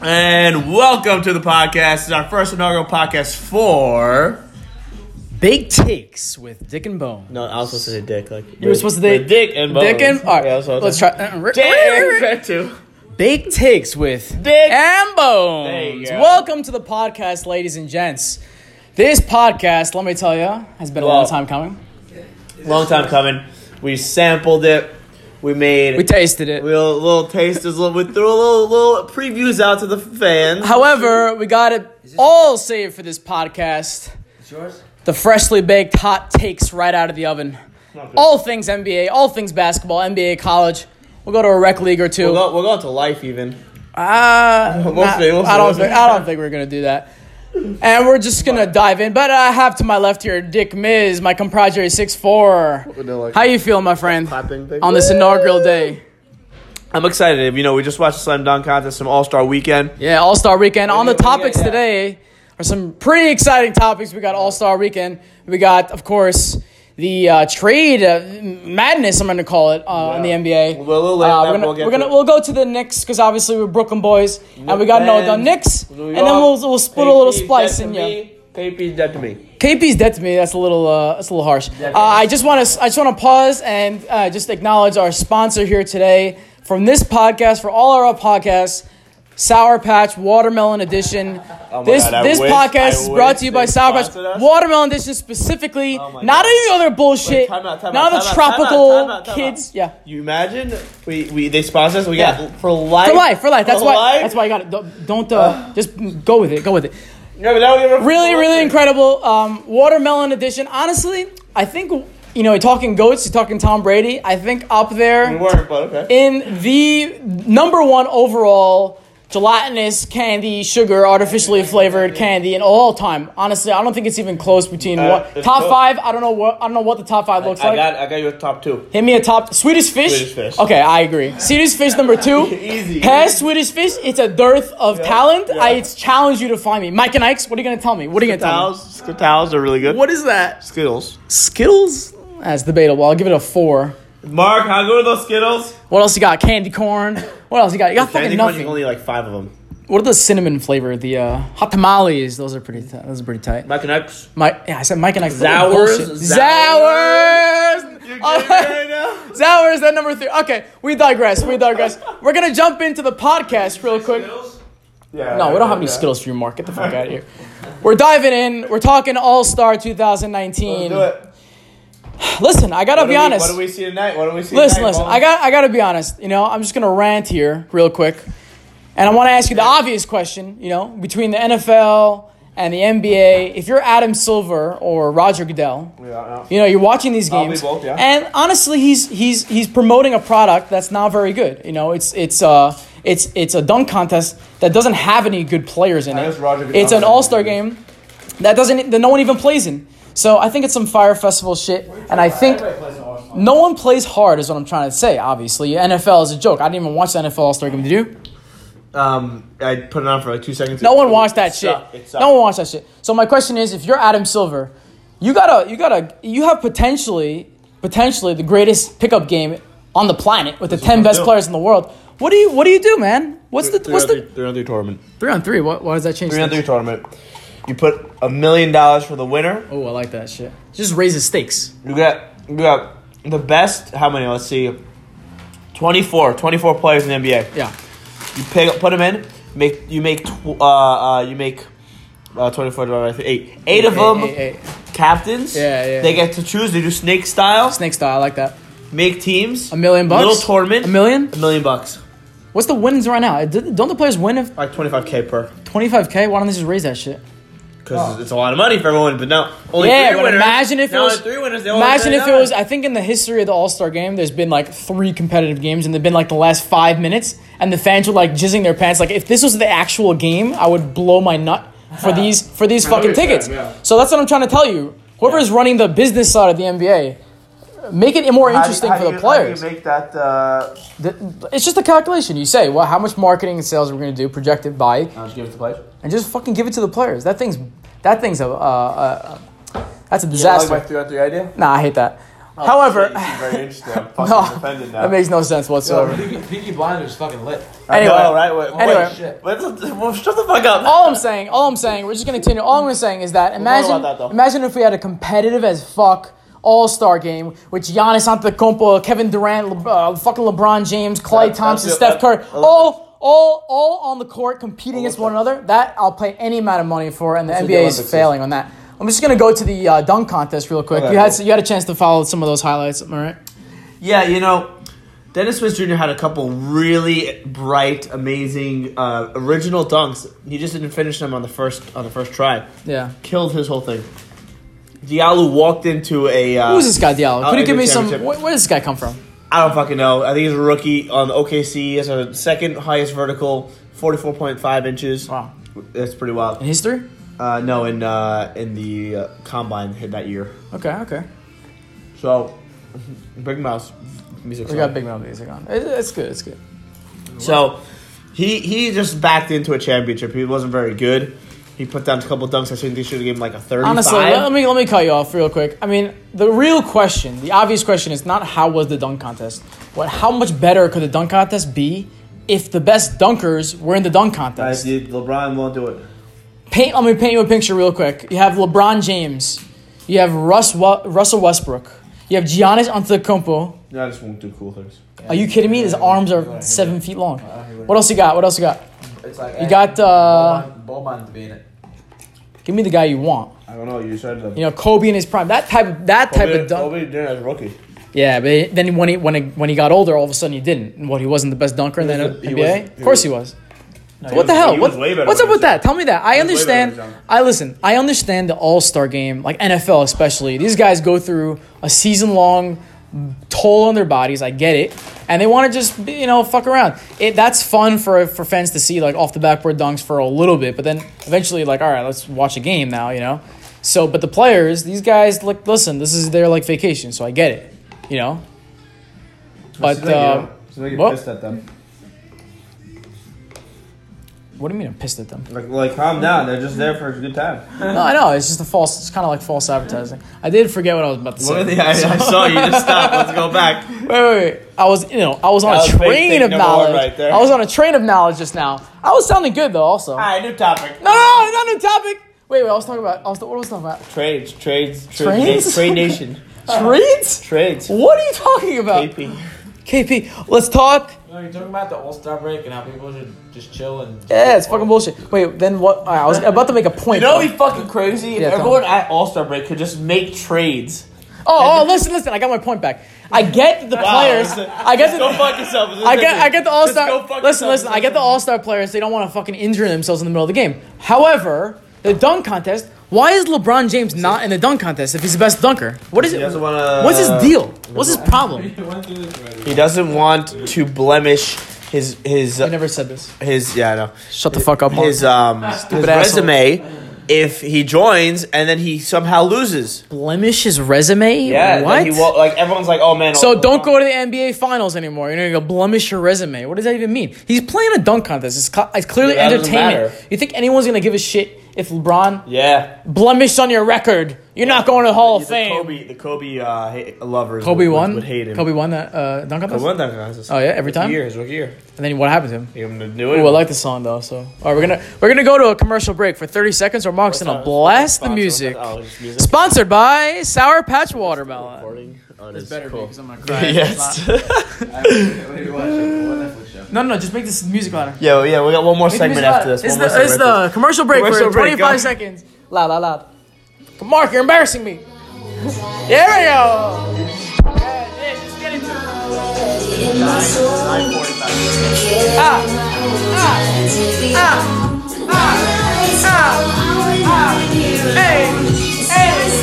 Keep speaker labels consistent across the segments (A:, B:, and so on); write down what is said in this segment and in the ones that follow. A: And welcome to the podcast. It's our first inaugural podcast for.
B: Big takes with Dick and Bone.
C: No, I was supposed to say dick. Like
B: You were supposed to say
C: Like dick and bones.
B: Dick and all right,
C: Yeah, that's what I
B: let's
C: was
B: try. uh,
C: Damn, that too.
B: Big takes with
C: Dick.
B: and Bones.
C: There you go.
B: Welcome to the podcast, ladies and gents. This podcast, let me tell you, has been a
C: Well-
B: long time coming.
C: Long time coming. We sampled it. We made.
B: We tasted it.
C: we a little tasters. little- We threw a little little previews out to the fans.
B: However, we got it all saved for this podcast. The freshly baked hot takes right out of the oven. All things NBA, all things basketball, NBA, college. We'll go to a rec league or 2
C: We'll go, we'll go to life even.
B: Uh,
C: We'll
B: nah,
C: see, we'll see,
B: I don't
C: we'll
B: think
C: see.
B: I don't think we're gonna do that. And we're just gonna dive in. But I have to my left here Dick Miz, my compadre six four. How you feeling, my friend?
C: Clapping thing.
B: On this inaugural day.
C: I'm excited. You know, we just watched the slam dunk contest from All Star Weekend.
B: Yeah, All Star Weekend. On the
C: yeah,
B: topics
C: yeah.
B: today are some pretty exciting topics. We got All Star Weekend. We got, of course, the uh, trade uh, madness. I'm going to call it uh, in the NBA.
C: We'll go a little later,
B: Uh, we're gonna,
C: we'll get
B: we're gonna
C: to it.
B: we'll go to the Knicks because obviously we're Brooklyn boys, and we got to know the
C: Fans,
B: Knicks,
C: New
B: and then
C: York,
B: we'll we'll split a little splice in yeah.
C: Papi's dead to me.
B: KP's dead to me. That's a little. Uh, that's a little harsh. Uh, I just want to. I just want to pause and uh, just acknowledge our sponsor here today from this podcast for all our other podcasts. Sour Patch Watermelon Edition. this
C: Oh God, I
B: this
C: wish-
B: podcast
C: I
B: is brought to you
C: wish
B: by
C: they
B: Sour Patch
C: sponsored us.
B: Watermelon Edition specifically.
C: Oh my
B: not
C: God.
B: any other bullshit.
C: Wait, time out, time out,
B: none of the
C: time out, time out,
B: tropical
C: time out, time out.
B: kids. Yeah.
C: You imagine we, we they sponsor us. We
B: Yeah.
C: got for life.
B: For life, for life. That's
C: For
B: why.
C: life?
B: That's why I got it. Don't, don't uh, just go with it. Go with it.
C: Yeah, but now we have a-
B: really, really incredible. Um, watermelon edition. Honestly, I think you know, talking goats, you're talking Tom Brady. I think up
C: We
B: there
C: weren't, but okay.
B: in the number one overall gelatinous candy, sugar, artificially flavored candy in all time. Honestly, I don't think it's even close between
C: Uh,
B: what
C: it's
B: top
C: close.
B: five. I don't know what I don't know what the top five looks
C: I
B: like.
C: got I got your top two.
B: Hit me a top Swedish fish.
C: Swedish fish.
B: Okay, I agree. Swedish fish number two.
C: Easy.
B: Past Swedish fish, it's a dearth of talent.
C: yeah.
B: I it's challenge you to find me. Mike and Ike's, what are you gonna tell me? What are you gonna tell me?
C: Skittles. Skittles are really good.
B: What is that?
C: Skittles?
B: Skittles? That's debatable. I'll give it a four.
C: Mark, how good are those Skittles?
B: What else you got? Candy corn. What else you got? You got fucking
C: corn, you
B: nothing.
C: can only eat like five of them.
B: What are the cinnamon flavor? The uh, hot tamales. Those are pretty. T- those are pretty tight.
C: Mike and Ike's.
B: Mike. Yeah, I said Mike and Ike's.
C: Zowers?
B: Bullshit.
C: Zowers?
B: Zowers.
C: You're
B: Oh,
C: now.
B: Zowers at number three. Okay, we digress. We digress. We're gonna jump into the podcast real quick.
C: Yeah.
B: No, we don't have any Skittles for you, Mark. Get the fuck out of here. We're diving in. We're talking All Star 2019.
C: Do it.
B: Listen, I gotta
C: What do
B: be
C: we-
B: honest.
C: What do we see tonight? What do we see?
B: listen,
C: tonight,
B: listen.
C: Paul?
B: I got, I gotta be honest. You know, I'm just gonna rant here real quick, and I want to ask you the obvious question. You know, between the NFL and the NBA, if you're Adam Silver or Roger Goodell,
C: Yeah, yeah.
B: you know, you're watching these
C: Probably
B: games,
C: both, yeah.
B: and honestly, he's he's he's promoting a product that's not very good. You know, it's it's uh it's it's a dunk contest that doesn't have any good players in
C: I
B: it.
C: guess Roger Goodell
B: it's an
C: has
B: All Star game that doesn't that no one even plays in. So I think it's some fire festival shit, and I think no one plays hard is what I'm trying to say. Obviously, NFL is a joke. I didn't even watch the NFL All Star game. Did you?
C: Um, I put it on for like two seconds.
B: No one watched that
C: It
B: shit.
C: sucked. It sucked.
B: No one watched that shit. So my question is, if you're Adam Silver, you gotta, you gotta, you have potentially, potentially the greatest pickup game on the planet with the ten
C: what
B: best
C: I'm doing.
B: players in the world. What do you, what do you do, man? What's the,
C: Three
B: what's
C: on three,
B: the
C: three on three tournament?
B: three on three? What, why does that change?
C: Three on
B: things?
C: three tournament. You put a million dollars for the winner.
B: Oh, I like that shit. Just raises stakes.
C: You got you got the best. How many? Let's see. 24, 24 players in the NBA.
B: Yeah.
C: You pick, put them in. Make you make tw- uh, uh, you make uh, twenty four divided by three, eight. Eight of
B: Hey,
C: them
B: hey, hey.
C: captains.
B: Yeah, yeah.
C: They get to choose. They do snake style.
B: Snake style. I like that.
C: Make teams.
B: A million bucks.
C: Little tournament.
B: A million.
C: A million bucks.
B: What's the wins right now? Did- Don't the players win if
C: Like twenty five k per.
B: 25k? Why don't they just raise that shit?
C: Because it's a lot of money for everyone. But now only
B: Oh. yeah,
C: three
B: but
C: winners.
B: imagine if it
C: Now
B: was
C: the three winners. They only
B: Imagine
C: play
B: if it
C: nine.
B: was. I think in the history of the All Star Game, there's been like three competitive games, and they've been like the last five minutes, and the fans were like jizzing their pants. Like if this was the actual game, I would blow my nut for these for these fucking
C: what you're
B: tickets.
C: saying, yeah.
B: So that's what I'm trying to tell you. Whoever is running the business side of the NBA, make it more
C: How do you-
B: interesting
C: how
B: for
C: do
B: the
C: you-
B: players.
C: How do you make that? Uh,
B: The- it's just a calculation. You say, well, how much marketing and sales we're going to do projected by,
C: I'll just give it to players.
B: and just fucking give it to the players. That thing's that thing's a uh, uh, uh, that's a
C: I like
B: disaster.
C: my Oh, three on three idea.
B: Nah, I hate that. However,
C: very interesting. I'm fucking
B: No,
C: offended now.
B: that makes no sense
D: So,
B: whatsoever.
D: Peaky, Peaky Blinders fucking lit.
B: Anyway,
C: I know, right? Wait,
B: anyway. Oh.
C: wait, shit. Let's, well, shut the fuck up.
B: all I'm saying, all I'm saying, we're just gonna continue. All I'm saying is that imagine,
C: about that, though.
B: imagine if we had a competitive as fuck All Star game with Giannis Antetokounmpo, Kevin Durant, Le- uh, fucking LeBron James, Clay
C: That-
B: Thompson,
C: that's
B: Steph
C: it.
B: Curry,
C: That-
B: all, all, all on the court competing against
C: that.
B: one another. That I'll pay any amount of money for, and the
C: what the
B: NBA is
C: Olympics
B: failing on that. I'm just gonna go to the uh, dunk contest real quick.
C: Okay,
B: you had
C: cool.
B: you had a chance to follow some of those highlights, am I right?
C: Yeah, you know, Dennis Smith Jr. had a couple really bright, amazing, uh, original dunks. He just didn't finish them on the first on the first try.
B: Yeah.
C: Killed his whole thing. Diallo walked into a. Uh,
B: Who's this guy, Diallo?
C: Oh,
B: Could you
C: NBA
B: give me some?
C: championship.
B: Where, where does this guy come from?
C: I don't fucking know. I think he's a rookie on OKC. He has a second highest vertical, forty-four point five inches.
B: Wow.
C: that's pretty wild.
B: In history?
C: Uh, no, in uh, in the uh, combine hit that year.
B: Okay, okay.
C: So, Big Mouse music.
B: We
C: song.
B: got Big Mouth music on. It, it's good. It's good.
C: So he he just backed into a championship. He wasn't very good. He put down a couple dunks. I think they should have given him like a thirty-five.
B: Honestly, let me let me cut you off real quick. I mean, the real question, the obvious question, is not how was the dunk contest, but how much better could the dunk contest be if the best dunkers were in the dunk
C: I
B: contest?
C: did. LeBron won't do it.
B: Paint. Let me paint you a picture real quick. You have LeBron James, you have Russ Wa- Russell Westbrook, you have Giannis Antetokounmpo.
C: No, I just won't do cool things.
B: Are you kidding me? His arms are seven feet long. What else you got? What else you got?
D: It's like
B: You got uh,
D: Bowman to be in it.
B: give me the guy you want.
C: I don't know. You said them.
B: You know, Kobe in his prime. That type of that type of dunk.
C: did as a rookie.
B: Yeah, but then when he when he, when he got older, all of a sudden he didn't. And What he wasn't the best dunker in the
C: was the- he
B: NBA.
C: was-
B: of course he
C: he
B: was.
C: he
B: what
C: was-
B: the hell?
C: he
B: What-
C: was way better
B: what's
C: than
B: up with
C: himself.
B: that? Tell me that. I
C: was way better than
B: understand.
C: himself.
B: I listen. I understand the All Star game, like NFL especially. These guys go through a season long toll on their bodies. I get it, and they want to just be, you know fuck around. It that's fun for for fans to see like off the backboard dunks for a little bit, but then eventually like all right, let's watch a game now. You know. So, but the players, these guys, like, listen, this is their like vacation, so I get it, you know. But uh, what?
C: pissed at them.
B: what do you mean I'm pissed at them?
C: Like, like, calm down. They're just there for a good time.
B: No, I know it's just a false. It's kind of like false advertising. I did forget what I was about to say.
C: What are they- I, I saw you. Just stop. Let's go back.
B: Wait, wait, wait. I was, you know, I was on
C: That was
B: a
C: big
B: train
C: thing
B: of
C: number one
B: knowledge.
C: right there.
B: I was on a train of knowledge just now. I was sounding good though. Also, no,
C: right, new topic.
B: no, no, not new topic. Wait, wait. I was talking about. I was. What was I talking
C: Trades, trades,
B: Trades?
C: trades, trade nation,
B: about? Trades.
C: trades.
B: What are you talking about? KP.
C: KP.
B: Let's talk.
D: No, you're talking about the All Star break and how people should just chill and.
B: Yeah, it's fucking bullshit. Wait, then what? all right, I was about to make a point.
C: You know,
B: though.
C: it'd be fucking crazy if
B: Yeah, tell
C: everyone at All Star break could just make trades.
B: oh, oh, listen, listen. I got my point back. I get the
C: Wow,
B: players.
C: it's a-
B: I get the.
C: Go fuck yourself.
B: I get, I get the all star.
C: Just go fuck
B: Listen,
C: yourself.
B: listen. I get the all star players. They don't want to fucking injure themselves in the middle of the game. However, the dunk contest. Why is LeBron James not in the dunk contest if he's the best dunker? What is
C: He
B: it?
C: doesn't wanna-
B: What's his deal? What's his problem?
D: You went through this already.
C: He doesn't want to blemish his his
B: I never said this.
C: his yeah no
B: Shut the fuck up, Mark.
C: his um his
B: asshole.
C: resume if he joins and then he somehow loses.
B: blemish his resume.
C: then
B: What?
C: He will, like everyone's like, oh man.
B: so don't go to the NBA finals anymore. You're gonna blemish your resume. What does that even mean? He's playing a dunk contest. It's, cl- it's clearly
C: Yeah, that doesn't
B: entertainment.
C: matter.
B: You think anyone's gonna give a shit if LeBron
C: Yeah.
B: blemish on your record? You're not going to the Hall of
C: The
B: Fame.
C: Kobe, the Kobe uh, hate, lovers.
B: Kobe
C: would,
B: won.
C: Would hate him.
B: Kobe won that uh, dunk
C: He
B: contest.
C: won that contest.
B: Oh yeah, every time.
C: Year, his rookie year.
B: And then what happened to him?
C: He him to do it.
B: Ooh, I like the song though. So, all right, we're gonna we're gonna go to a commercial break for thirty seconds, or Mark's gonna
C: that?
B: blast the
C: Sponsor.
B: music.
C: Oh, it's music.
B: Sponsored by Sour Patch Watermelon.
C: Recording on his
B: Better
C: cool.
B: because I'm gonna cry.
C: yes.
D: I really watched it. What Netflix show?
B: No, no, no, just make this music louder.
C: yeah, well, yeah, we got one more segment after this.
B: It's
C: one more
B: the, it's
C: segment after
B: the commercial break
C: Commercial
B: for
C: break, go.
B: 25 seconds. Loud, loud, loud. Come, Mark, you're embarrassing me. There we go. Yeah, yeah, just get into it. Ah, hey,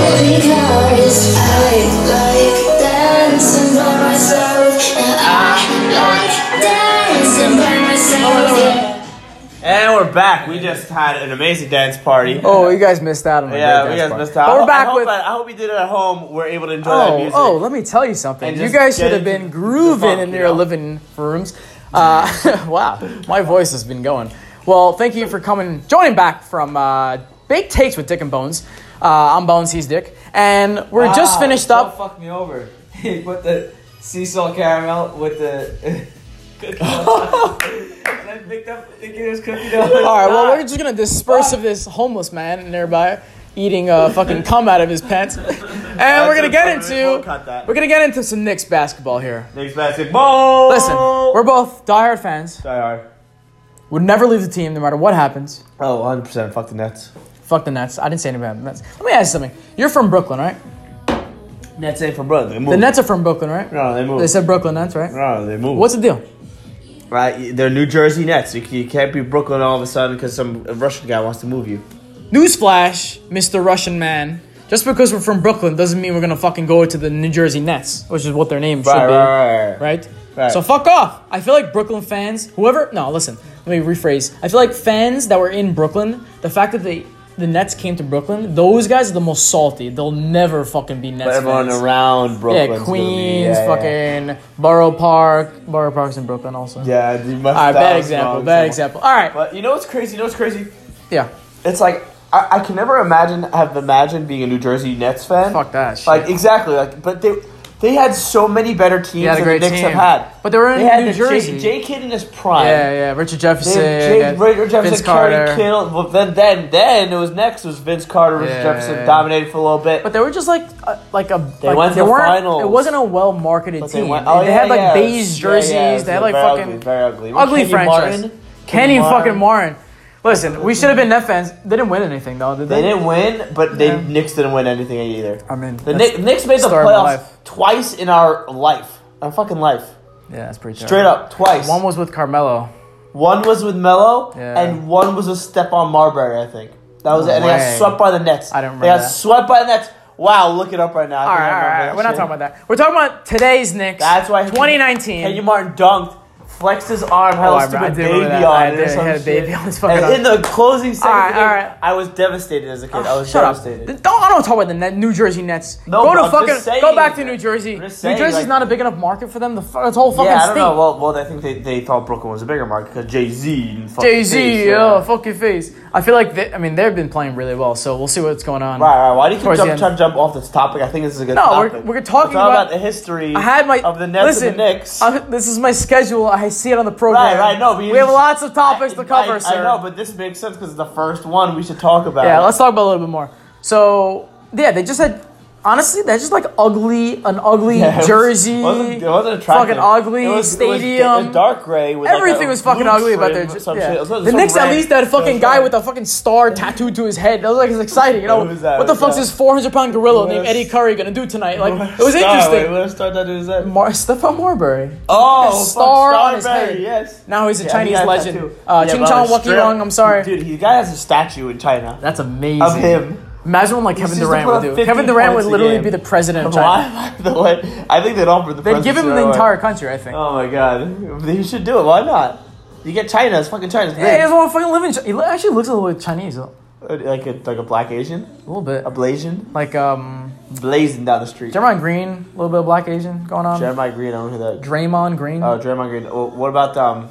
E: Because I like dancing by myself. I like dancing by myself. Yeah.
C: this. And we're back. We just had an amazing dance party.
B: Oh, you guys missed out on
C: Yeah, we guys missed out. I
B: But we're
C: hope-
B: back
C: I hope,
B: with-
C: I, I hope you did it at home. We're able to enjoy that
B: Oh,
C: music.
B: oh, let me tell you something.
C: And
B: You
C: just
B: guys
C: get
B: should have
C: into
B: been
C: the
B: grooving
C: funk,
B: in
C: you
B: your
C: know?
B: living rooms. Uh, wow, my voice has been going. Well, thank you for coming, joining back from uh, Big Takes with Dick and Bones. Uh, I'm Bones, he's Dick, and we're just
D: Ah,
B: finished
D: Joe
B: up.
D: Fucked me over. He put the sea salt caramel with the cookie dough. and I picked up the kid's cookie dough.
B: All right, well, we're just gonna disperse of this homeless man nearby eating uh, fucking cum out of his pants, and we're gonna get
C: We'll
B: into
C: cut that.
B: we're gonna get into some Knicks basketball here.
C: Next basketball.
B: Listen, we're both diehard fans.
C: Die hard.
B: Would never leave the team no matter what happens.
C: Oh, 100 percent. Fuck the Nets.
B: Fuck the Nets. I didn't say anything about the Nets. Let me ask you something. You're from Brooklyn, right?
C: Nets ain't for brother. They moved.
B: The Nets are from Brooklyn, right?
C: No, they moved.
B: They said Brooklyn Nets, right?
C: no, they moved.
B: What's the deal?
C: right? They're New Jersey Nets. You, you can't be Brooklyn all of a sudden because some Russian guy wants to move you.
B: Newsflash, Mr. Russian man. Just because we're from Brooklyn doesn't mean we're gonna fucking go to the New Jersey Nets, which is what their name should be.
C: right,
B: right?
C: Right.
B: So fuck off. I feel like Brooklyn fans, whoever, no, listen, let me rephrase. I feel like fans that were in Brooklyn, the fact that they the Nets came to Brooklyn, those guys are the most salty. They'll never fucking be Nets
C: But everyone
B: fans.
C: around Brooklyn.
B: yeah, Queens, fucking Borough Park, Borough Park's in Brooklyn also.
C: Yeah, dude, my
B: All right,
C: style
B: bad
C: is
B: example,
C: wrong,
B: bad
C: so-
B: example. All right,
C: But you know what's crazy? You know what's crazy?
B: yeah,
C: It's like I, I can never imagine have imagined being a New Jersey Nets fan.
B: fuck that. Shit.
C: Like exactly. Like, but they they had so many better teams
B: They had a
C: than
B: great
C: the Knicks
B: team.
C: have had.
B: But they were in
C: They had
B: New
C: the J-
B: Jersey.
C: J, Kidd in his prime.
B: yeah, yeah, Richard Jefferson,
C: They
B: yeah,
C: had J, Richard
B: Vince
C: Jefferson,
B: Carter.
C: Kerry Kill. Well, then, then, then it was next was Vince Carter. Richard
B: Yeah,
C: Jefferson
B: yeah, yeah.
C: dominated for a little bit.
B: But they were just like a, like a
C: They
B: like,
C: went to
B: weren't-
C: finals.
B: It wasn't a well marketed
C: But
B: team. They,
C: went- oh, yeah,
B: had like
C: yeah.
B: beige
C: Yeah, yeah,
B: jerseys.
C: it's
B: they had like
C: very
B: fucking
C: ugly, very ugly,
B: ugly
C: Kenny
B: franchise.
C: Martin,
B: Kenny
C: Martin.
B: fucking Warren. Listen, we should have been Net fans. They didn't win anything though, did they?
C: They didn't win, but they
B: Yeah.
C: Knicks didn't win anything either.
B: I mean,
C: The
B: that's-
C: Knicks, Knicks made the
B: story of my
C: playoffs
B: life.
C: twice in our life, our fucking life,
B: yeah, that's pretty
C: straight up twice.
B: One was with Carmelo.
C: One was with Melo,
B: Yeah.
C: and one was with Stephon Marbury, I think. That was it. And they
B: Way.
C: got swept by the Nets.
B: I don't remember
C: They got
B: that.
C: swept by the Nets. Wow, look it up right now. I
B: All
C: think I
B: right, all
C: remember
B: right,
C: that
B: We're not
C: shit.
B: talking about that. We're talking about today's Knicks.
C: That's why
B: 2019.
C: Kenny Martin dunked, flexed his arm,
B: Oh,
C: held
B: I-
C: a
B: I
C: stupid
B: do
C: baby
B: remember that.
C: on
B: I
C: it or
B: did. He
C: some
B: had a baby
C: shit.
B: on his fucking
C: And
B: arm.
C: In the closing second,
B: right, all right. Oh,
C: I was devastated as a kid. I was
B: Shut up!
C: devastated.
B: Don't I don't talk about the Net, New Jersey Nets.
C: No,
B: go
C: bro,
B: to
C: I'm
B: fucking
C: just saying.
B: go back to New Jersey.
C: I'm
B: New
C: just
B: Jersey's
C: saying, like-
B: not a big enough market for them. The, fu- the whole fucking
C: yeah, I
B: state.
C: don't know. Well, well, I think they, they thought Brooklyn was a bigger market because Jay Z.
B: Jay Z, yeah, fuck your face. I feel like they, I mean they've been playing really well, so we'll see what's going on.
C: Right, right. Why do you keep
B: Towards the
C: jump,
B: end.
C: trying to jump off this topic? I think this is a good
B: No, we're-
C: topic.
B: we're talking about-
C: the history
B: I had my
C: of the Nets
B: listen,
C: and the Knicks.
B: I- this is my schedule. I see it on the program.
C: Right, right, no, but you
B: we have
C: just-
B: lots of topics to cover,
C: I,
B: sir.
C: I know, but this makes sense because it's the first one we should talk about.
B: yeah, let's talk about it a little bit more. So yeah, they just had honestly, that's just like ugly, an ugly
C: Yeah, it was-
B: jersey.
C: wasn't, it wasn't attractive.
B: fucking ugly
C: It was- it was-
B: stadium.
C: It was dark gray. With like
B: Everything
C: a
B: was fucking
C: blue
B: ugly about
C: trim
B: their
C: or
B: just,
C: some
B: yeah.
C: shit. It was- it was
B: The
C: some
B: Knicks at
C: red-
B: least that fucking
C: it was
B: guy
C: red.
B: with a fucking star tattooed to his head. That was like it's exciting, you know.
C: What was that?
B: What the
C: What was
B: fuck's
C: that?
B: this four hundred pound gorilla
C: What
B: named
C: was-
B: Eddie Curry gonna do tonight? Like
C: What
B: it was
C: star,
B: interesting.
C: Wait, what star that is that?
B: Mar- Stephon Marbury.
C: Oh, fuck,
B: star on his
C: Starberry,
B: head.
C: Yes.
B: Now he's a
C: Yeah,
B: Chinese
C: he got a
B: legend.
C: tattoo.
B: Uh,
C: Yeah,
B: Ching
C: but
B: Chong
C: on his
B: Waki
C: strip-
B: Rong. I'm sorry.
C: Dude, he guy has a statue in China
B: That's amazing.
C: of him.
B: Imagine when like Kevin
C: just
B: Durant
C: put
B: would
C: up
B: do.
C: 50
B: Kevin Durant would
C: points a
B: literally
C: game.
B: be the president of China.
C: Why? by the way, I think they'd offer the.
B: They'd give him
C: president
B: the
C: away.
B: entire country, I think.
C: Oh my god, he should do it. Why not? You get China. It's fucking China. It's
B: Yeah, he
C: big.
B: doesn't want to fucking live in China. He li- actually looks a little bit Chinese, though.
C: like a like a black Asian,
B: a little bit.
C: a blazing,
B: Like um,
C: blazing down the street.
B: Draymond Green, a little bit of black Asian going on.
C: Jeremiah Green. I don't know who that.
B: Draymond Green.
C: Oh, Draymond Green. Oh, What about um,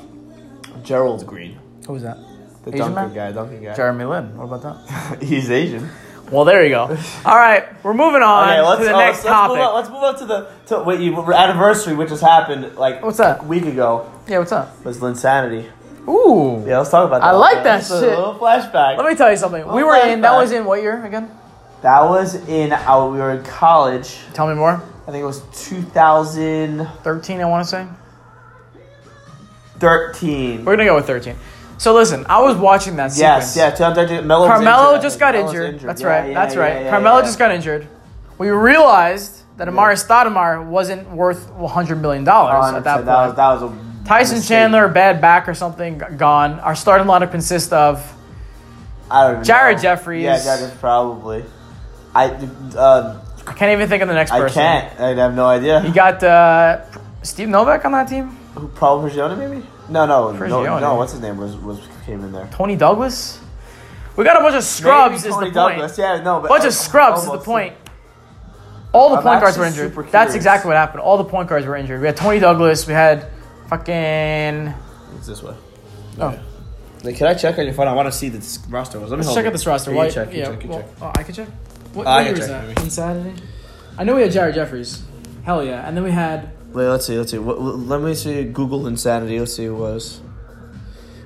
C: Gerald Green,
B: Who was that?
C: the Duncan
B: Asian man?
C: guy? Duncan guy.
B: Jeremy Lin. What about that?
C: He's Asian.
B: well, there you go. All right, we're moving on
C: Okay, let's,
B: to the
C: oh, let's, let's
B: next
C: move on.
B: topic.
C: Let's move on to the to wait, you, anniversary, which just happened like
B: What's that?
C: a week ago.
B: Yeah, what's up?
C: Was Linsanity.
B: Ooh.
C: Yeah, let's talk about that.
B: I like that
C: Just a
B: shit.
C: little flashback.
B: Let me tell you something. We
C: Well,
B: were in. That
C: flashback.
B: was in what year again?
C: that was in our. We were in college.
B: Tell me more.
C: I think it was 2013.
B: Thirteen, I want to say. We're gonna go with thirteen. So listen, I was watching that sequence.
C: Yes, yeah, 2013. Melo was
B: Carmelo
C: injured, I
B: just
C: think.
B: got
C: Melo was
B: injured. That's
C: Yeah,
B: right.
C: yeah,
B: That's
C: yeah,
B: right.
C: yeah,
B: Carmelo
C: yeah.
B: just got injured. We realized that Amari Stoudemire wasn't worth 100 million dollars
C: 100%.
B: at that
C: that
B: point.
C: was that was a
B: Tyson
C: mistake.
B: Chandler, bad back or something, g- gone. Our starting lineup consists of
C: I don't even
B: Jared
C: know.
B: Jeffries.
C: Yeah, Jared Jeffries, probably. I uh,
B: I can't even think of the next
C: I
B: person.
C: can't. I have no idea.
B: You got uh, Steve Novak on that team.
C: Who, Paul Prigioni, maybe? No, no, no,
B: Prigioni.
C: no. What's his name? Was was came in there?
B: Tony Douglas. We got a bunch of
C: Maybe
B: scrubs. is the
C: Tony
B: point.
C: Douglas. Yeah, no, but
B: bunch of scrubs is the
C: almost.
B: point. All the
C: I'm
B: point guards
C: actually
B: were injured.
C: super
B: That's
C: curious.
B: exactly what happened. All the point guards were injured. We had Tony Douglas. We had
F: Fucking.
C: It's this way.
B: Oh.
C: Like, can I check on your phone? I want to see the roster. Let me
B: Let's
C: hold
B: check
C: it.
B: out this roster.
C: You
B: Why?
C: check, you
B: yeah.
C: check, you
B: well,
C: check.
B: Oh, I can check. What,
C: I
B: what
C: can
B: year was
C: check,
B: that? On Saturday. I know we had Jared Jeffries. Hell yeah! And then we had
C: Wait, let's see, let's see. What, what- let me see Google Insanity. Let's see who it was.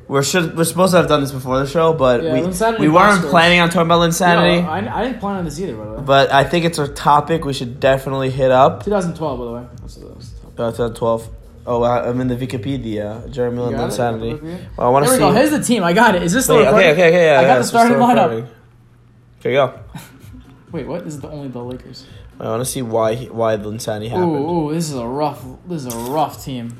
C: We're, should, we're supposed to have done this before the show, but
B: Yeah, Linsanity
C: we, we weren't
B: Monsters.
C: planning on talking about Insanity.
B: No, I, I didn't plan on this either, by the way.
C: but I think it's a topic we should definitely hit up.
B: 2012, by the way. That's the- that's
C: Uh,
B: the top.
C: 2012. Oh, I- I'm in the Wikipedia. Jeremy Lin
B: got it?
C: Insanity.
B: Wikipedia?
C: Well, I want to
B: There
C: see.
B: we go. Here's the team. I got it. Is this the
C: Wait, okay,
B: recording?
C: okay, okay. Yeah,
B: I got
C: yeah,
B: the
C: it's still
B: starting lineup.
C: recording. Here you go.
B: Wait, what? This is the only the Lakers.
C: I want to see why he- why the Insanity happened.
B: Ooh, ooh, this is a rough. This is a rough team.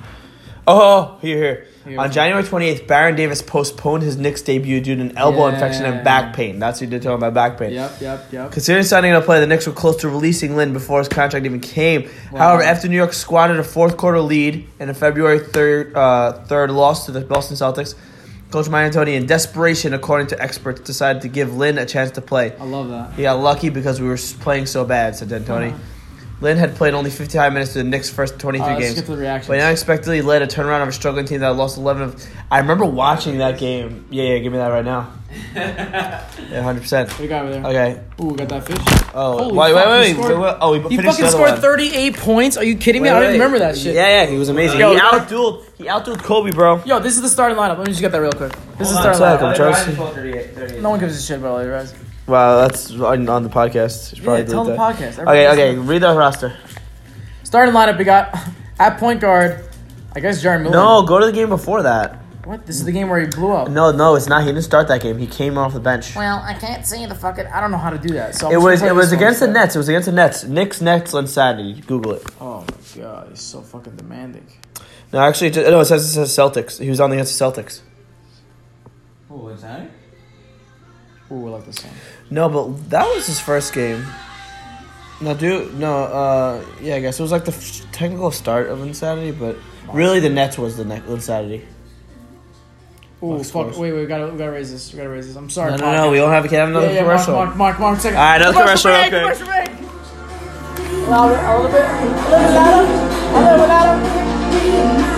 C: Oh, here, here.
B: Here.
C: On January 28th, Baron Davis postponed his Knicks debut due to an elbow
B: Yeah.
C: infection and back pain. That's what you did tell him about back pain.
B: Yep, yep, yep.
C: Considering signing a play, the Knicks were close to releasing Lynn before his contract even came. However, after New York squandered a fourth quarter lead and a February 3rd, uh, 3rd loss to the Boston Celtics, Coach Mike D'Antoni, in desperation, according to experts, decided to give Lynn a chance to play.
B: I love that.
C: He got lucky because we were s- playing so bad, said D'Antoni. Lynn had played only 55 minutes to the Knicks' first 23
B: All right, Uh, let's
C: games.
B: get to the reactions.
C: But he unexpectedly led a turnaround of a struggling team that lost 11 of. I remember watching that game. Yeah, yeah, give me that right now. Yeah, 100%.
B: What do you got over there?
C: Okay.
B: Ooh, we got that fish.
C: Oh,
B: Holy
C: wait,
B: fuck,
C: wait, wait,
B: he scored-
C: wait, wait. Oh, he,
B: He
C: finished
B: fucking
C: the other
B: scored
C: one.
B: 38 points. Are you kidding me?
C: Wait,
B: I don't even
C: wait.
B: remember that shit.
C: Yeah, yeah, he was amazing.
B: Yo,
C: he,
B: that-
C: outdueled, he outdueled Kobe, bro.
B: Yo, this is the starting lineup. Let me just get that real quick. This is the
C: on,
B: starting
C: sorry.
B: lineup.
C: Welcome, Chelsea.
B: No one gives a shit about all your guys.
C: Wow, that's on, on the podcast. Should probably
B: Yeah, tell
C: delete
B: the
C: that.
B: podcast.
C: Okay, okay,
B: Everybody's
C: read the roster.
B: Starting lineup, we got at point guard. I guess Jared Miller.
C: No, go to the game before that.
B: What? This is the game where he blew up.
C: No, no, it's not. He didn't start that game. He came off the bench.
B: Well, I can't see the fucking. I don't know how to do that. So I'm
C: It
B: just
C: was
B: gonna
C: it
B: play
C: was
B: this one
C: against the
B: instead.
C: Nets. It was against the Nets. Knicks, Nets, on Saturday. Google it.
B: Oh my god, he's so fucking demanding.
C: No, actually, it- no. It says it says Celtics. He was on the against the Celtics.
D: Who was that?
B: Ooh, I like this one.
C: No, but that was his first game. No, dude. No, uh, yeah. I guess it was like the f- technical start of Insanity, but really the Nets was the ne- Insanity.
B: Ooh, fuck.
C: scores.
B: Wait, wait, we gotta, we gotta raise this. We gotta raise this. I'm sorry.
C: No, no,
B: Mark.
C: no. We don't have. Can I have
B: Yeah,
C: another
B: yeah, Mark,
C: commercial?
B: Mark, Mark, Mark, second.
C: All right, another commercial.
B: break,
C: okay.
B: Commercial break. Louder, a little bit. Live without him. I live without him.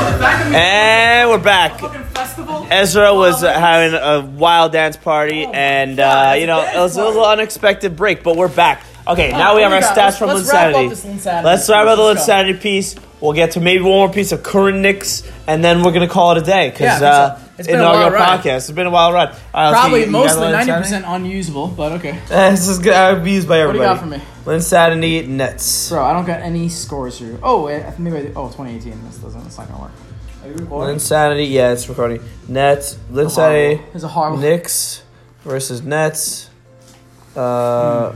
C: And we're back. Ezra was
B: Oh,
C: uh, having a wild dance party, and uh, you know it was a little unexpected break, but we're back. Okay, now we have our
B: Oh Let's-
C: stats from
B: let's wrap
C: Insanity.
B: up this Linsanity.
C: Let's wrap up the
B: Let's go.
C: Insanity piece. We'll get to maybe one more piece of current Knicks, and then we're gonna call it a day
B: Yeah, I
C: because
B: think
C: uh,
B: so.
C: it's
B: It's been a
C: inaugural
B: wild ride.
C: podcast. It's been a wild run.
B: Probably mostly 90% unusable, but okay.
C: This is gonna be used by
B: What do
C: everybody.
B: you got for me?
C: Linsanity Nets.
B: Bro, I don't got any scores here. Oh, wait, I- maybe I did. Oh, 2018. This doesn't, it's not gonna work.
D: Are you recording?
C: Linsanity. Yeah, it's recording. Nets. Linsanity.
B: It's a horrible.
C: Knicks versus Nets. Uh,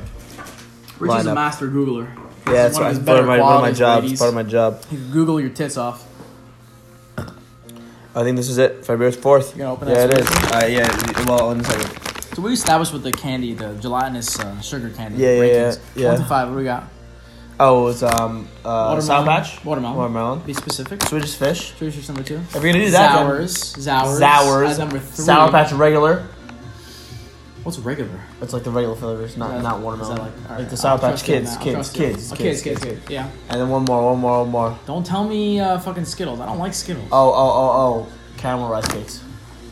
B: Rich is a
C: lineup.
B: master Googler.
C: yeah,
B: Hmm. This
C: it's
B: is one of
C: part
B: his
C: of my,
B: better
C: part of my
B: qualities,
C: job. It's
B: ladies.
C: part of my job.
B: You can Google your tits off.
C: I think this is it. February fourth.
B: You gonna open
C: yeah,
B: that
C: it is. Uh, yeah. Well, in a second.
B: So we established with the candy, the gelatinous uh, sugar candy.
C: Yeah, yeah, yeah,
B: rankings.
C: yeah.
B: One to five. What do we got?
C: Oh, it's um. Uh, sour patch.
B: Watermelon.
C: Watermelon.
B: Be specific.
C: Swedish fish.
B: Swedish fish number two.
C: If we're gonna do that, then-
B: Sours. Sours.
C: Sours.
B: At number three.
C: Sour patch regular.
B: What's regular?
C: It's like the regular flavors, not
B: Is that-
C: not
B: is
C: watermelon.
B: that like, all
C: the
B: right,
C: Sour
B: I'll
C: Patch
B: trust you on
C: Kids,
B: that. I'll
C: kids,
B: trust you.
C: kids,
B: Oh,
C: kids,
B: kids, kids, kids. Yeah.
C: and then one more, one more, one more.
B: Don't tell me uh, fucking Skittles. I don't like Skittles.
C: Oh, oh, oh, oh. Caramel rice cakes.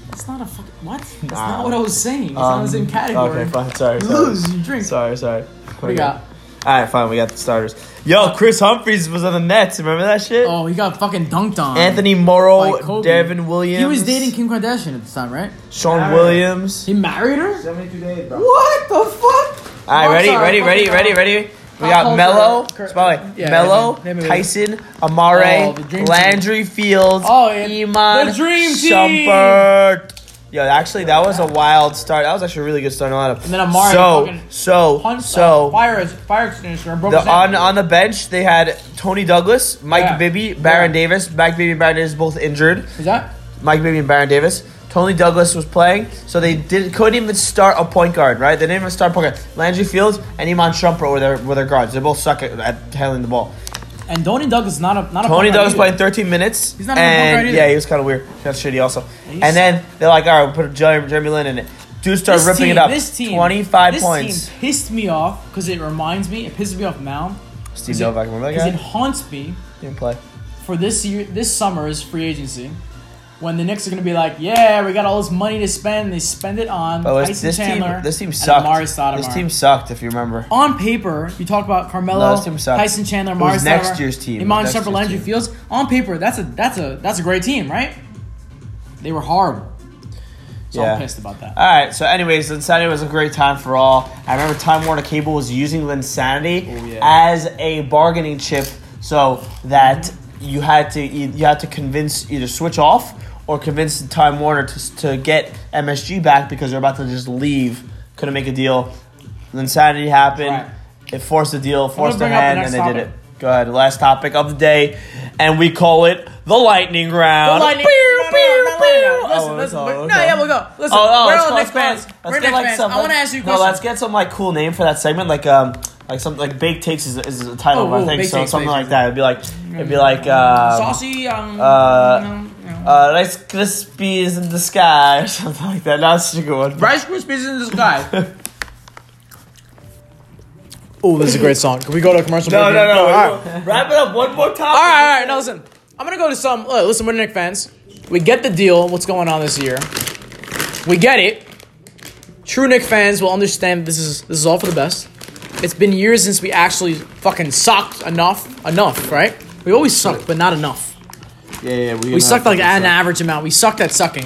B: That's not a fucking what? That's
C: Nah.
B: not what I was saying. It's not in the same category.
C: Um, Okay, fine. Sorry,
B: You
C: sorry.
B: lose. You drink.
C: Sorry, sorry.
B: What do you got?
C: All right, fine. We got the starters. Yo, Chris Humphries was on the Nets. Remember that shit?
B: Oh, he got fucking dunked on.
C: Anthony
B: By
C: Morrow,
B: Kobe.
C: Devin Williams.
B: He was dating Kim Kardashian at the time, right?
C: Sean
D: Alright.
C: Williams.
B: He married her.
D: 72 days, bro.
B: What the fuck?
C: All right,
B: I'm
C: ready,
B: sorry,
C: ready,
B: fucking
C: ready,
B: God.
C: ready, ready. We got
B: Pop
C: Mello,
B: Culture.
C: Spotlight.
B: Yeah,
C: Mello,
B: name it.
C: Tyson, Amare,
B: Oh, the dream team.
C: Landry Fields,
B: Oh, and
C: Iman,
B: the dream team.
C: Shumpert. Yo, actually, that was a wild start. That was actually a really good start in the lineup.
F: And then Amare
C: So,
F: fucking
C: so,
F: Punch
B: uh,
C: so.
F: fire fire extinguisher and broke
C: The,
F: his hand.
C: on on the bench, they had Tony Douglas, Mike
F: Yeah.
C: Bibby, Baron
F: Yeah.
C: Davis. Mike Bibby and Baron Davis both injured.
F: Is that?
C: Mike Bibby and Baron Davis. Tony Douglas was playing, so they didn't couldn't even start a point guard, right? They didn't even start a point guard. Landry Fields and Iman Shumpert were their were their guards. They both suck at, at handling the ball.
F: And Tony Douglas is not a not a
C: Tony
F: point guard
C: Douglas
F: either.
C: playing 13 minutes.
F: He's not even a point guard
C: and
F: either.
C: yeah, he was kind of weird, kind of shitty also.
F: he's-
C: And then they're like, all right, we'll put Jeremy, Jeremy Lin in it. Dude started
F: This
C: ripping
F: team-
C: it up.
F: This team,
C: 25
F: this
C: points.
F: Team pissed me off because it reminds me. It pisses me off now
C: Steve
F: it-
C: Novak, remember that
F: because
C: guy?
F: it haunts me
C: didn't play.
F: for this year, this summer's free agency. When the Knicks are gonna be like, yeah, we got all this money to spend, and they spend it on
C: But Oh, this,
F: Tyson
C: this
F: Chandler.
C: team, this team
F: and
C: sucked.
F: Amari Stoudemire.
C: This team sucked, if you remember.
F: on paper, you talk about
C: No,
F: Carmelo,
C: this team sucks.
F: Tyson Chandler,
C: was
F: Mars,
C: next year's team. It
F: Iman
C: was next
F: Shumpert,
C: year's
F: Landry
C: team.
F: Fields. On paper, that's a that's a that's a great team, right? They were hard. So
C: Yeah.
F: I'm pissed about that.
C: All right. So, anyways, Insanity was a great time for all. I remember Time Warner Cable was using Linsanity as a bargaining chip, so that you had to e- you had to convince either Switch off or convince Time Warner to, s- to get MSG back because they're about to just leave. Couldn't make a deal. Linsanity happened.
F: Right.
C: It forced a deal, forced a
F: bring up the
C: hand,
F: next
C: and they did
F: topic.
C: it. Go ahead. Last topic of the day, and we call it the lightning round.
F: The lightning-
C: Pew,
F: no, no, no,
C: pew,
F: not lightning round.
C: pew.
F: Listen,
C: Oh,
F: listen,
C: okay,
F: we're- no,
C: okay.
F: yeah, we'll go. Listen,
C: Oh, oh,
F: we're
C: let's
F: all
C: go,
F: Knicks
C: let's
F: fans.
C: go.
F: We're
C: Let's get
F: Knicks
C: like
F: fans.
C: some.
F: I wanna ask you a
C: No,
F: question.
C: let's get some like cool name for that segment, like um, like some like baked takes is, is the title,
F: Oh,
C: of
F: oh,
C: I think.
F: Baked
C: So
F: Takes,
C: something
F: Baked
C: like that. It'd be like it'd be like um,
F: Saucy, um,
C: uh,
F: you know, you know.
C: uh, Rice Krispies in the sky or something like that. No, That's such a good one.
F: Rice Krispies in the sky.
B: Oh, this is a great song. Can we go to a commercial?
C: No,
B: break
C: no,
B: here?
C: no.
B: all right.
C: Wrap it up one more time.
B: All right, all right. Now listen, I'm gonna go to some. Look, listen, we're Nick fans. We get the deal. What's going on this year? We get it. True Nick fans will understand. This is this is all for the best. It's been years since we actually fucking sucked enough. Enough, right? We always sucked, but not enough.
C: Yeah, yeah.
B: We sucked like at an average amount. We sucked at sucking,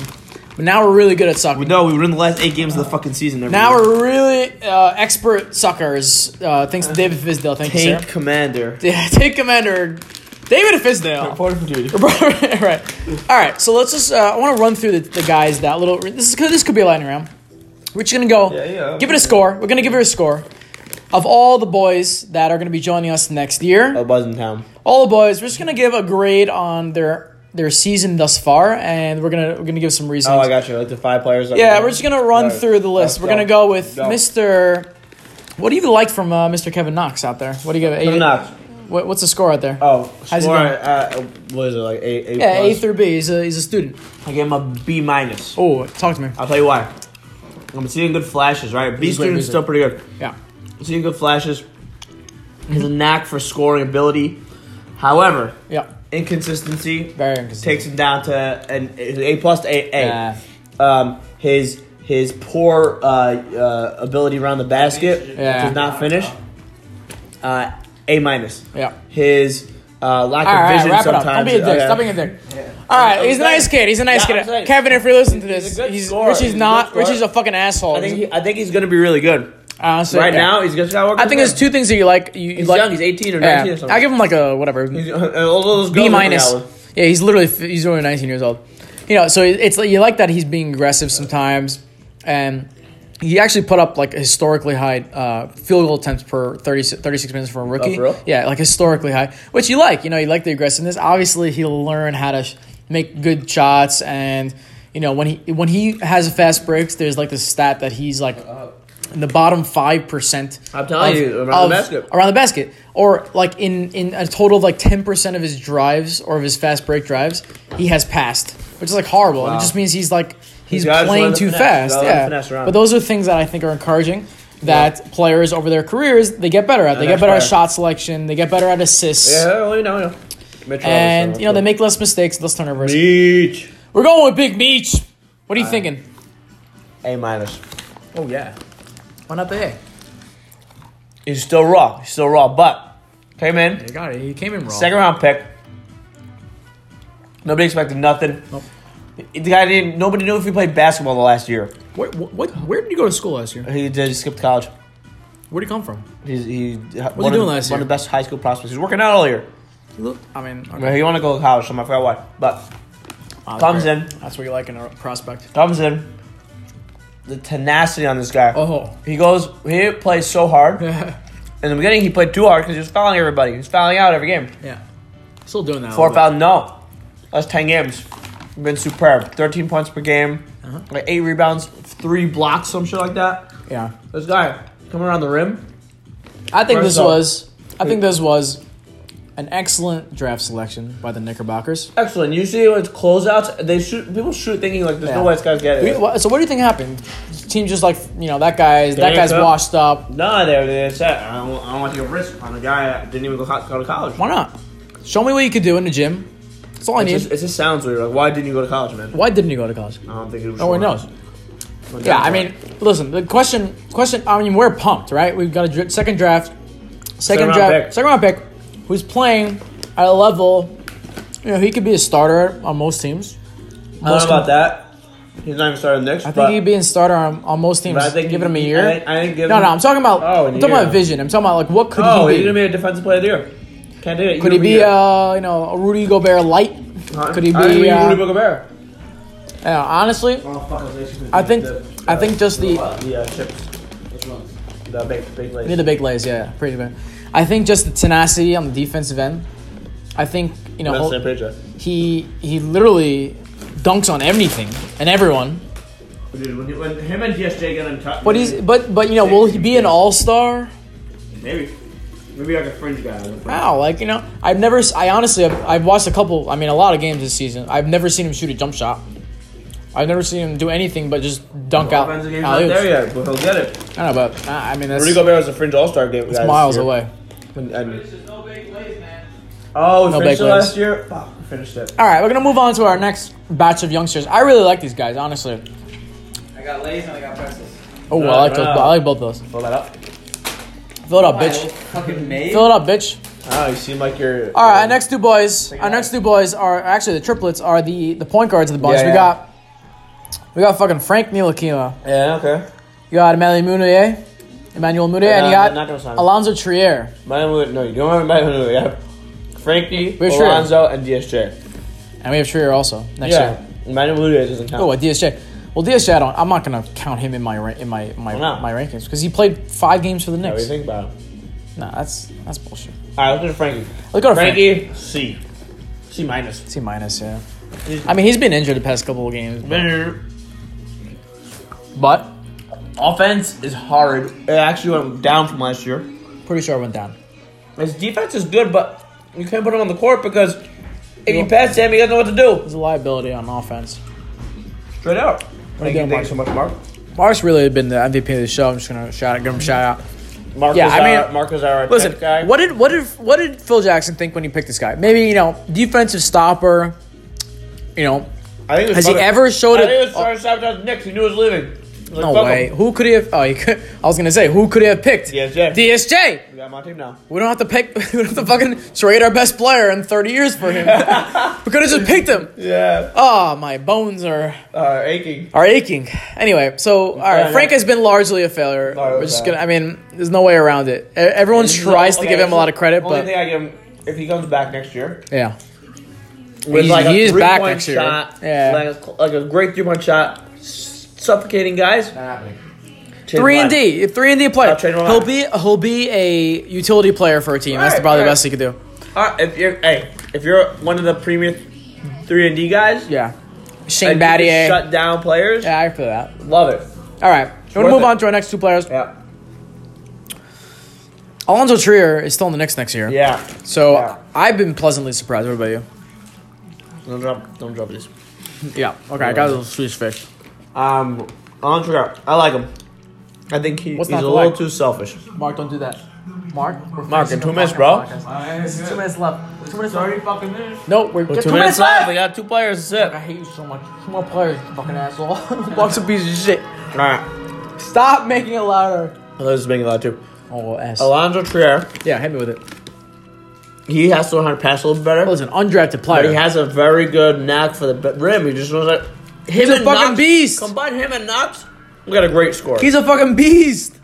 B: but now we're really good at sucking.
C: No, we were in the last eight games of the fucking season. every
B: Now
C: year.
B: we're really uh, expert suckers. Uh, thanks to David Fisdale. Thank you,
C: tank
B: sir.
C: commander.
B: Yeah, take commander David Fisdale.
C: Reported for duty.
B: right, right. All right. So let's just. Uh, I want to run through the, the guys that little. This is this could be a lightning round. We're just gonna go.
C: Yeah, yeah.
B: Give it a score. We're gonna give it a score. Of all the boys that are gonna be joining us next year,
C: A buzz in town.
B: all the boys, we're just gonna give a grade on their their season thus far, and we're gonna we're gonna give some reasons.
C: Oh, I got you. Like the five players.
B: Yeah, we're just gonna run
C: Alright.
B: through the list.
C: Let's
B: We're gonna
C: go.
B: go with
C: Go.
B: Mr. What do you like from uh, Mr. Kevin Knox out there? What do you give? it?
C: Kevin
B: Eight-
C: Knox.
B: What, what's the score out there?
C: Oh,
B: How's it
C: score,
B: going?
C: uh, what is it like? A, a
B: yeah, A
C: plus?
B: through B. He's a he's a student.
C: I gave him a B minus.
B: Oh, talk to me.
C: I'll tell you why. I'm seeing good flashes, right? B
B: He's great
C: student is
B: music.
C: still pretty good.
B: Yeah.
C: I'm seeing good flashes. He has a knack for scoring ability. However,
B: Yeah.
C: inconsistency
B: Very inconsistent.
C: takes him down to an A plus to A. a.
B: Yeah.
C: Um, his his poor uh, uh, ability around the basket
B: Yeah.
C: does not finish. Uh, a minus.
B: Yeah.
C: His uh, lack
B: All
C: of
B: right, all right,
C: vision
B: wrap it up.
C: sometimes. Oh,
B: Don't be a dick.
C: Okay.
B: Stop being a dick. All right, he's a nice kid. He's a nice
C: Yeah, I'm
B: kid.
C: saying-
B: Kevin, if you're listening to
C: He's a
B: this,
C: good
B: he's
C: scorer.
B: Rich
C: He's
B: is
C: a
B: not.
C: good
B: Rich is
C: scorer.
B: a fucking asshole.
C: I think he, I think he's gonna be really good.
B: Honestly,
C: Right
B: yeah.
C: now, he's gonna start working.
B: I think there's two things that you like. You, you
C: He's
B: like,
C: young. He's 18 or 19 or
B: yeah.
C: something.
B: I give him like a whatever.
C: He's- uh, all those girls
B: B
C: look
B: minus.
C: at him.
B: Yeah, he's literally f- he's only 19 years old. You know, so it- it's like you like that he's being aggressive sometimes, and he actually put up like a historically high uh, field goal attempts per 30, 36 minutes for a rookie.
C: Oh, for real?
B: Yeah, like historically high, which you like. You know, you like the aggressiveness. Obviously, he'll learn how to sh- make good shots, and you know when he when he has fast breaks, there's like this stat that he's like in the bottom five percent.
C: I'm telling you, around the basket.
B: around the basket, or like in in a total of like ten percent of his drives or of his fast break drives, he has passed, which is like horrible. And it just means he's like he's
C: You guys learn
B: playing
C: to
B: too
C: finesse. You
B: fast.
C: gotta learn to
B: Yeah,
C: finesse around.
B: but those are things that I think are encouraging. That players over their careers they get better at. They get
C: that's
B: better at
C: fair.
B: shot selection. They get better at assists.
C: Yeah, we know, we know. Mitch
B: And
C: Robinson,
B: you know they
C: okay.
B: make less mistakes, less turnovers.
C: Beach.
B: We're going with Big Meech. What are
C: Uh,
B: you thinking?
C: A minus.
B: Oh yeah. Why not the A?
C: He's still raw. He's still raw, but came in
B: You got it. He came in wrong.
C: second round pick. Nobody expected nothing.
B: Nope.
C: The guy didn't. Nobody knew if he played basketball the last year.
B: What, what, what? Where did you go to school last year?
C: He did. He skipped college.
B: Where'd he come from?
C: He's he one of,
B: doing last
C: one
B: year?
C: of the best high school prospects. He's working out all year.
B: He looked. I mean, okay.
C: I mean, he want to go to college, so I forgot why. But
B: Wow,
C: comes
B: great.
C: in.
B: That's what you like in a prospect.
C: comes in, the tenacity on this guy.
B: Oh,
C: He goes, he plays so hard. and
B: yeah,
C: in the beginning, he played too hard because he was fouling everybody. He was fouling out every game.
B: still doing that. a
C: Four
B: little bit.
C: foul, no. That's 10 games. You've been superb. 13 points per game, like eight rebounds, three blocks, some shit like that.
B: Yeah,
C: This guy coming around the rim.
B: I think
C: First
B: this
C: off-
B: was. I think this was an excellent draft selection by the Knickerbockers.
C: Excellent. Usually when it's closeouts, they shoot. People shoot thinking like, "There's
B: Yeah.
C: no way this guy's getting
B: We-
C: it."
B: wha- So what do you think happened? Team just like you know that guy's that
C: Didn't
B: guy's
C: come.
B: washed up.
C: No, they they said, "I don't, I don't want to take a risk on a guy that didn't even go co- go to college."
B: Why not? Show me what you could do in the gym. That's all I
C: It
B: need.
C: just, it just sounds weird. Like, why didn't you go to college, man?
B: Why didn't he go to college?
C: I don't think it was.
B: No one
C: smart.
B: knows. Oh, Yeah, I mean, listen. The question, question. I mean, we're pumped, right? We've got a dr- second draft, second,
C: Second round
B: draft,
C: pick.
B: second round pick, who's playing at a level. You know, he could be a starter on most teams.
C: I don't
B: Most
C: know about that. He's not even starting next.
B: I think
C: but
B: he'd be a starter on, on most teams.
C: But I think
B: Give
C: he-
B: him a
C: he-
B: year.
C: I think- I think give
B: no, no.
C: him-
B: I'm talking about.
C: Oh,
B: I'm
C: in a
B: talking
C: year.
B: about vision. I'm talking about like what could
C: Oh,
B: he
C: he's
B: be?
C: gonna be a defensive player of the year. Can't do it.
B: could he be uh you know a Rudy Gobert light? Could he be?
C: I think
B: uh,
C: Rudy Gobert?
B: yeah, honestly,
C: Oh,
B: I think I think just the
C: The uh, chips. The big, big
B: Near
C: lace.
B: the big lays, yeah, yeah, pretty bad. I think just the tenacity on the defensive end. I think you know
C: That's
B: he'll-
C: the page, uh,
B: he he literally dunks on anything and everyone.
C: Dude, when, he- when him and DSJ get in touch,
B: But he's but but you know will he be an all star?
C: maybe maybe like a fringe guy.
B: Wow, like you know I've never s- I honestly I've, I've watched a couple I mean a lot of games this season. I've never seen him shoot a jump shot. I've never seen him do anything but just dunk out.
C: Offensive game's not
B: alley-oops.
C: there yet, but he'll get it.
B: I don't know, but uh, I mean that's
C: Rudy Gobert was a fringe All Star game.
B: it's miles away.
C: Oh, we
B: No
C: finished
B: big
C: it
B: lays.
C: last year. Fuck, we finished it.
B: All right, we're gonna move on to our next batch of youngsters. I really like these guys, honestly.
D: I got Lays and I got pretzels.
B: Oh, I like those. I like both those.
C: Pull that up.
B: Fill it up,
D: Why,
B: bitch.
D: Fucking made.
B: Fill it up, bitch.
C: Oh, you seem like you're.
B: All right, our next two boys. Our
D: out.
B: next two boys are actually the triplets are the the point guards of the bunch.
C: Yeah,
B: we
C: yeah.
B: got we got fucking Frank Nilakima.
C: Yeah, okay.
B: You got Emmanuel Munoye, Emmanuel Munoye, and
C: Yeah,
B: you got
C: not gonna sign.
B: Alonzo Trier.
C: Mine would no. You don't remember mine would yeah. Frankie,
B: We're sure.
C: Alonzo, and DSJ.
B: And we have Trier also next
C: Yeah,
B: year.
C: Manu Muda doesn't count.
B: Oh, what DSJ? Well, DSJ, I don't, I'm not gonna count him in my ra- in my my,
C: Why not?
B: my rankings because he played five games for the
C: What do
B: Knicks.
C: you think about him?
B: nah, that's that's bullshit.
C: All right, let's go to Frankie.
B: Look at Frank.
C: Frankie, C, C minus.
B: C minus, yeah. I mean, he's been injured the past couple of games, but, but
C: Offense is hard. It actually went down from last year.
B: pretty sure it went down.
C: His defense is good, but you can't put him on the court because if you pass him, he doesn't know what to do.
B: He's a liability on offense.
C: Straight out. Thank
B: doing,
C: you, thank you so much, Mark.
B: Mark's really been the MVP of the show. I'm just gonna shout, give him a shout out.
C: Mark
B: Yeah,
C: is
B: I
C: our,
B: mean-
C: Mark is our
B: Listen,
C: tech guy.
B: what did what did what did Phil Jackson think when he picked this guy? Maybe you know defensive stopper. You know,
C: I think it was
B: has he
C: fucking-
B: ever showed
C: I
B: it-
C: think it was starting sabotage the Knicks. He knew he was leaving. He was like,
B: no
C: fuck
B: way.
C: him.
B: Who could he have? Oh, he could, I was gonna say who could he have picked?
C: DSJ.
B: DSJ.
C: We got my team now.
B: We don't have to pick. We don't have to fucking trade our best player in 30 years for him. we could have just picked him.
C: Yeah,
B: Oh, my bones are
C: uh, aching.
B: are aching. Anyway, so all right,
C: enough.
B: Frank has been largely a failure.
C: Largely
B: We're just
C: bad.
B: gonna. I mean, there's no way around it. E- Everyone tries to give him a lot of credit,
C: only
B: but
C: thing I give him if he comes back next year,
B: yeah,
C: with
B: He's-
C: like
B: he
C: a
B: is back
C: three-point
B: next year.
C: Shot,
B: Yeah.
C: like a, like a great three point shot, s- suffocating guys.
D: Not happening.
C: Change
B: three
C: my
B: and
C: mind.
B: D, three and D player.
C: I'll trade him a
B: He'll
C: lot.
B: be he'll be a utility player for a team. That's
C: Right,
B: probably the
C: right.
B: best he could do.
C: All right, Uh, if you're hey, if you're one of the premier three and D guys,
B: Yeah,
C: and
B: Shane
C: you can
B: Battier.
C: shut down players.
B: yeah, I feel that.
C: Love it.
B: All right, we're gonna
C: worth
B: move
C: it.
B: on to our next two players.
C: Yeah,
B: Alonzo Trier is still in the Knicks next year.
C: yeah.
B: So
C: Yeah.
B: I've been pleasantly surprised. What about you?
C: Don't drop, don't drop this.
B: Yeah. Okay, I got a little Swedish fish.
C: Um, on track. I like him. I think he,
B: What's
C: he's
B: not
C: a
B: to
C: little
B: like?
C: too selfish.
B: Mark, don't do that. Mark,
C: Mark, in two minutes, bro.
B: Two minutes left. Two minutes left.
D: fucking minutes.
B: No, we're
C: With
B: two, minutes left.
C: We got two players. That's
B: I
C: it.
B: hate you so much. Two more players, you fucking asshole. Mark's a piece of shit.
C: All right.
B: Stop making it louder.
C: This is making a lot too.
B: Oh, ass.
C: Alonzo Trier.
B: Yeah, hit me with it.
C: He has to learn how to pass a little better.
B: Well, it's an undrafted
C: But
B: player.
C: he has a very good knack for the b- rim. He just knows that. Him
B: a
C: and
B: fucking
C: Knox,
B: beast.
C: Combine him and Knox, we got a great score.
B: He's a fucking beast.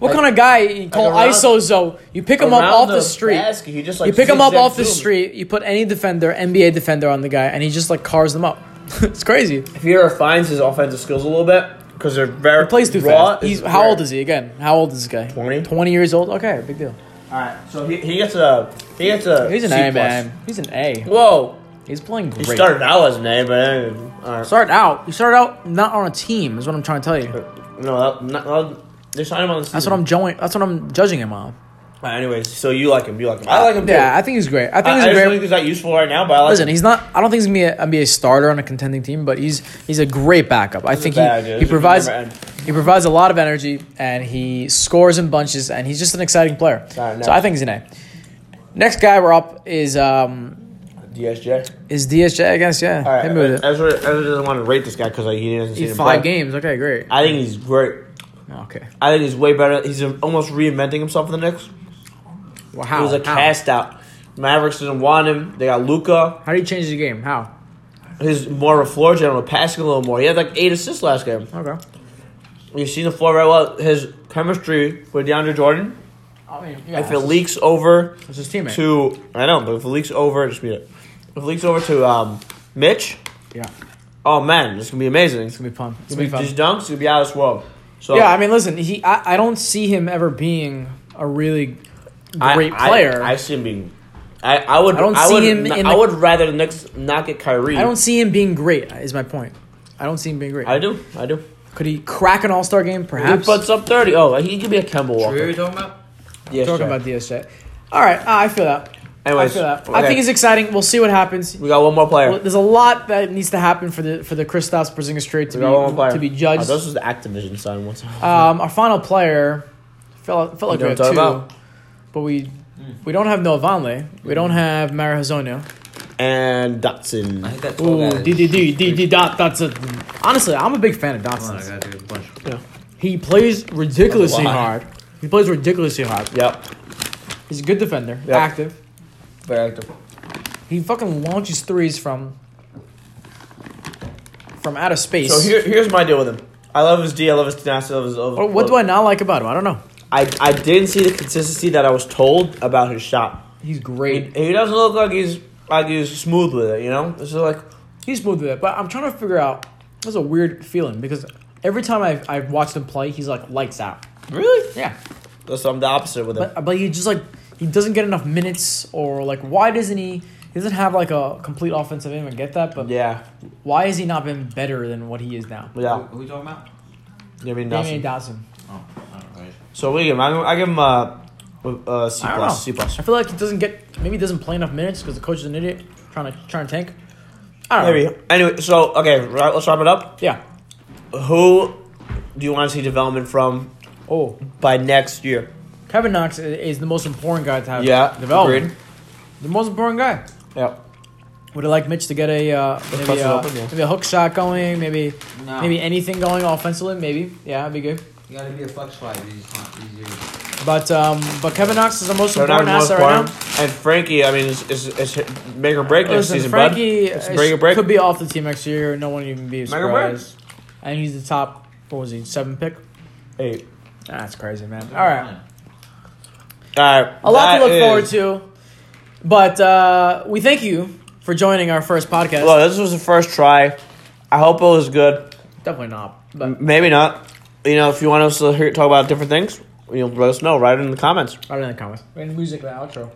B: What kind of guy you call
C: around-
B: ISOZO? You pick him up
C: Around
B: off the, street.
C: basket, he just, like,
B: you pick him up
C: zigzag
B: off the
C: through me.
B: street. You put any defender, NBA defender, on the guy, and he just like cars them up. it's crazy.
C: If he ever finds his offensive skills a little bit, because they're very
B: Plays too
C: raw,
B: fast. He's, how old is he again? How old is this guy?
C: 20.
B: Twenty years old. Okay, big deal.
C: All right, so he, he gets a he gets a
B: He's an
C: C
B: A
C: plus.
B: man. He's an A.
C: Whoa,
B: He's playing
C: he
B: great.
C: started out as an A, but then- all right.
B: Start out. You started out not on a team. Is what I'm trying to tell you.
C: no, that, not, not, they signed him on. The
B: That's what I'm joing. That's what I'm judging him on.
C: anyways, so you like him, you like him. I like him.
B: Yeah, I think he's great. I
C: I,
B: think he's
C: I
B: a
C: just
B: great.
C: don't think he's that useful right now, but I like
B: Listen,
C: him.
B: he's not. I don't think he's gonna be a, be a starter on a contending team, but he's he's a great backup. I think
C: bad idea.
B: he, he
C: This is
B: provides
C: never end.
B: he provides a lot of energy and he scores in bunches and he's just an exciting player.
C: Alright, next.
B: so I think he's an A. Next guy we're up is um
C: DSJ.
B: is DSJ. I guess yeah.
C: All right,
B: Hit me with it.
C: Ezra, Ezra doesn't want to rate this guy because like, he doesn't see him
B: Five
C: play.
B: games. Okay, great.
C: I think he's great.
B: Okay.
C: I think he's way better. He's um, almost reinventing himself for the Knicks.
B: Wow.
C: He was a
B: how?
C: cast out. Mavericks didn't want him. They got Luca.
B: How do you change the game? How?
C: His more of a floor general, passing a little more. He had like eight assists last game.
B: Okay.
C: You've seen the floor very well. His chemistry with DeAndre Jordan.
B: I mean,
C: If it leaks over
B: it's his teammate.
C: to, I know, but if it leaks over, just be it. If it leaks over to um, Mitch,
B: yeah, it's
C: oh man, this is gonna be amazing. It's gonna
B: gonna be fun. It's
C: be,
B: gonna be fun.
C: these dunks. It's gonna be out of this world. So
B: Yeah, I mean, listen, he. I, I don't see him ever being a really
C: I-
B: great
C: I-
B: player.
C: I, see him being. I, I would. I
B: I don't see
C: would,
B: him
C: n-
B: in
C: I
B: the-
C: would rather the Knicks not get Kyrie.
B: I don't see him being great. Is my point. I don't see him being great.
C: I do. I do.
B: Could he crack an All Star game?
C: He
B: Perhaps.
C: puts up thirty. Oh, he could be a Kemba
D: Who are
C: Walker.
D: you talking about?
C: Yes,
B: talking
C: sir.
B: about DSJ. All right, ah, I feel that.
C: Anyways,
B: I feel that. I
C: okay.
B: think he's exciting. We'll see what happens.
C: we got one more player.
B: Well, there's a lot that needs to happen for the for the Kristaps Porzingis trade to
C: we got one more player
B: be to be judged.
C: Oh, this was the Activision sign once.
B: um, our final player felt felt like
C: You know
B: we had
C: what I'm
B: two,
C: talking about?
B: but we we don't have Noah Vonleh. We don't have Mara Hazonia.
C: and
D: I
C: Dotson.
D: think that's all
B: Ooh,
D: that is.
B: D D D D D dot that's a. Honestly, I'm a big fan of
D: Hold on, I
B: Dotson.
D: gotta do a bunch.
B: He plays ridiculously
C: A lot.
B: hard. He plays ridiculously hard.
C: Yep.
B: He's a good defender,
C: Yep.
B: active.
C: Very active.
B: He fucking launches threes from from out of space.
C: So here, here's my deal with him. I love his D. I love his tenacity. I love his.
B: Oh, what, what do I not like about him? I don't know.
C: I I didn't see the consistency that I was told about his shot.
B: He's
C: He,
B: great.
C: he doesn't look like he's like he's smooth with it. You know, this is like
B: He's smooth with it, but I'm trying to figure out. That's a weird feeling because every time I've, I've watched him play, he's like lights out.
C: really.
B: Yeah,
C: So I'm the opposite with him.
B: but but he just like he doesn't get enough minutes or like why doesn't he? He doesn't have like a complete offensive aim. I get that, but
C: yeah,
B: why has he not been better than what he is now?
C: yeah.
D: Who, who you talking about?
C: I mean,
B: Damian
C: nothing.
B: Dotson.
D: Oh, alright.
C: So we give him. I, I give him a, a C
B: I don't know.
C: plus. C plus.
B: I feel like he doesn't get maybe he doesn't play enough minutes because the coach is an idiot trying to trying to tank. I don't know.
C: Maybe. Anyway, so okay, right, let's wrap it up.
B: Yeah.
C: Who do you want to see development from
B: Oh,
C: by next year?
B: Kevin Knox i- is the most important guy to have.
C: Yeah,
B: Development.
C: agreed.
B: The most important guy.
C: Yeah.
B: Would have liked Mitch to get a uh,
C: press
B: maybe,
C: is
B: uh,
C: open, yeah.
B: maybe a hook shot going, maybe
D: No.
B: maybe anything going offensively, maybe yeah, that'd be good.
D: You gotta be a flex fly. You just not these years.
B: But um, but Kevin Knox is the most
C: So now
B: important
C: most
B: asset
C: farm.
B: right now.
C: And Frankie, I mean, is, is, is hit- make or break next
B: Listen,
C: season,
B: Frankie
C: bud. It's
B: is-
C: break or break.
B: could be off the team next year. No one even be
C: Make or break.
B: surprised. And he's the top. What was he? Seven pick.
C: Hey.
B: That's crazy, man. All right.
C: All right.
B: a lot to
C: that
B: look forward
C: is-
B: to. But uh, we thank you for joining our first podcast.
C: Well, this was the first try. I hope it was good.
B: Definitely not. But
C: Maybe not. You know, if you want us to hear, talk about different things, you know, let us know. Write it in the comments.
B: right in the comments. And music, the outro.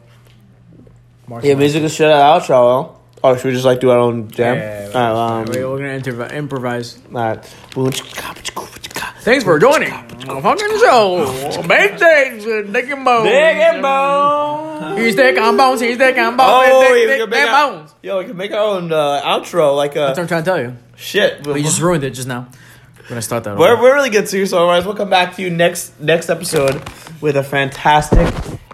B: Marshall.
C: Yeah, music is shit out outro. Well. Oh, should we just like do our own jam?
B: Yeah, yeah, yeah.
C: All right.
B: We-
C: Um,
B: We're gonna interv- improvise.
C: all right.
B: Thanks for joining. the Fucking show. Main things. uh, Dick and bones.
C: Big and bone.
B: He's dick and bones. He's dick and bones.
C: Oh,
B: He's
C: yeah, we
B: dick,
C: can
B: dick
C: make
B: and
C: our,
B: bones.
C: yo, we can make our own uh, outro like
B: That's what
C: uh,
B: I'm trying to tell you.
C: shit.
B: But
C: We
B: you just ruined it just now. We're gonna start that.
C: we're,
B: over.
C: we're really good to you, so otherwise we'll come back to you next next episode with a fantastic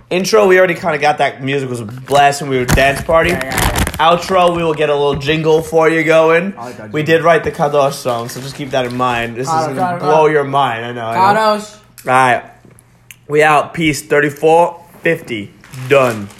C: intro. We already kind of got that music was a blast and we were dance party. Outro, we will get a little jingle for you going.
D: like that
C: we
D: jingle.
C: did write the Kadosh song, so just keep that in mind. This
B: Kadosh,
C: is gonna
B: Kadosh.
C: blow your mind. I know. I know.
B: Shout outs.
C: All right. We out. Peace. 3450. Done.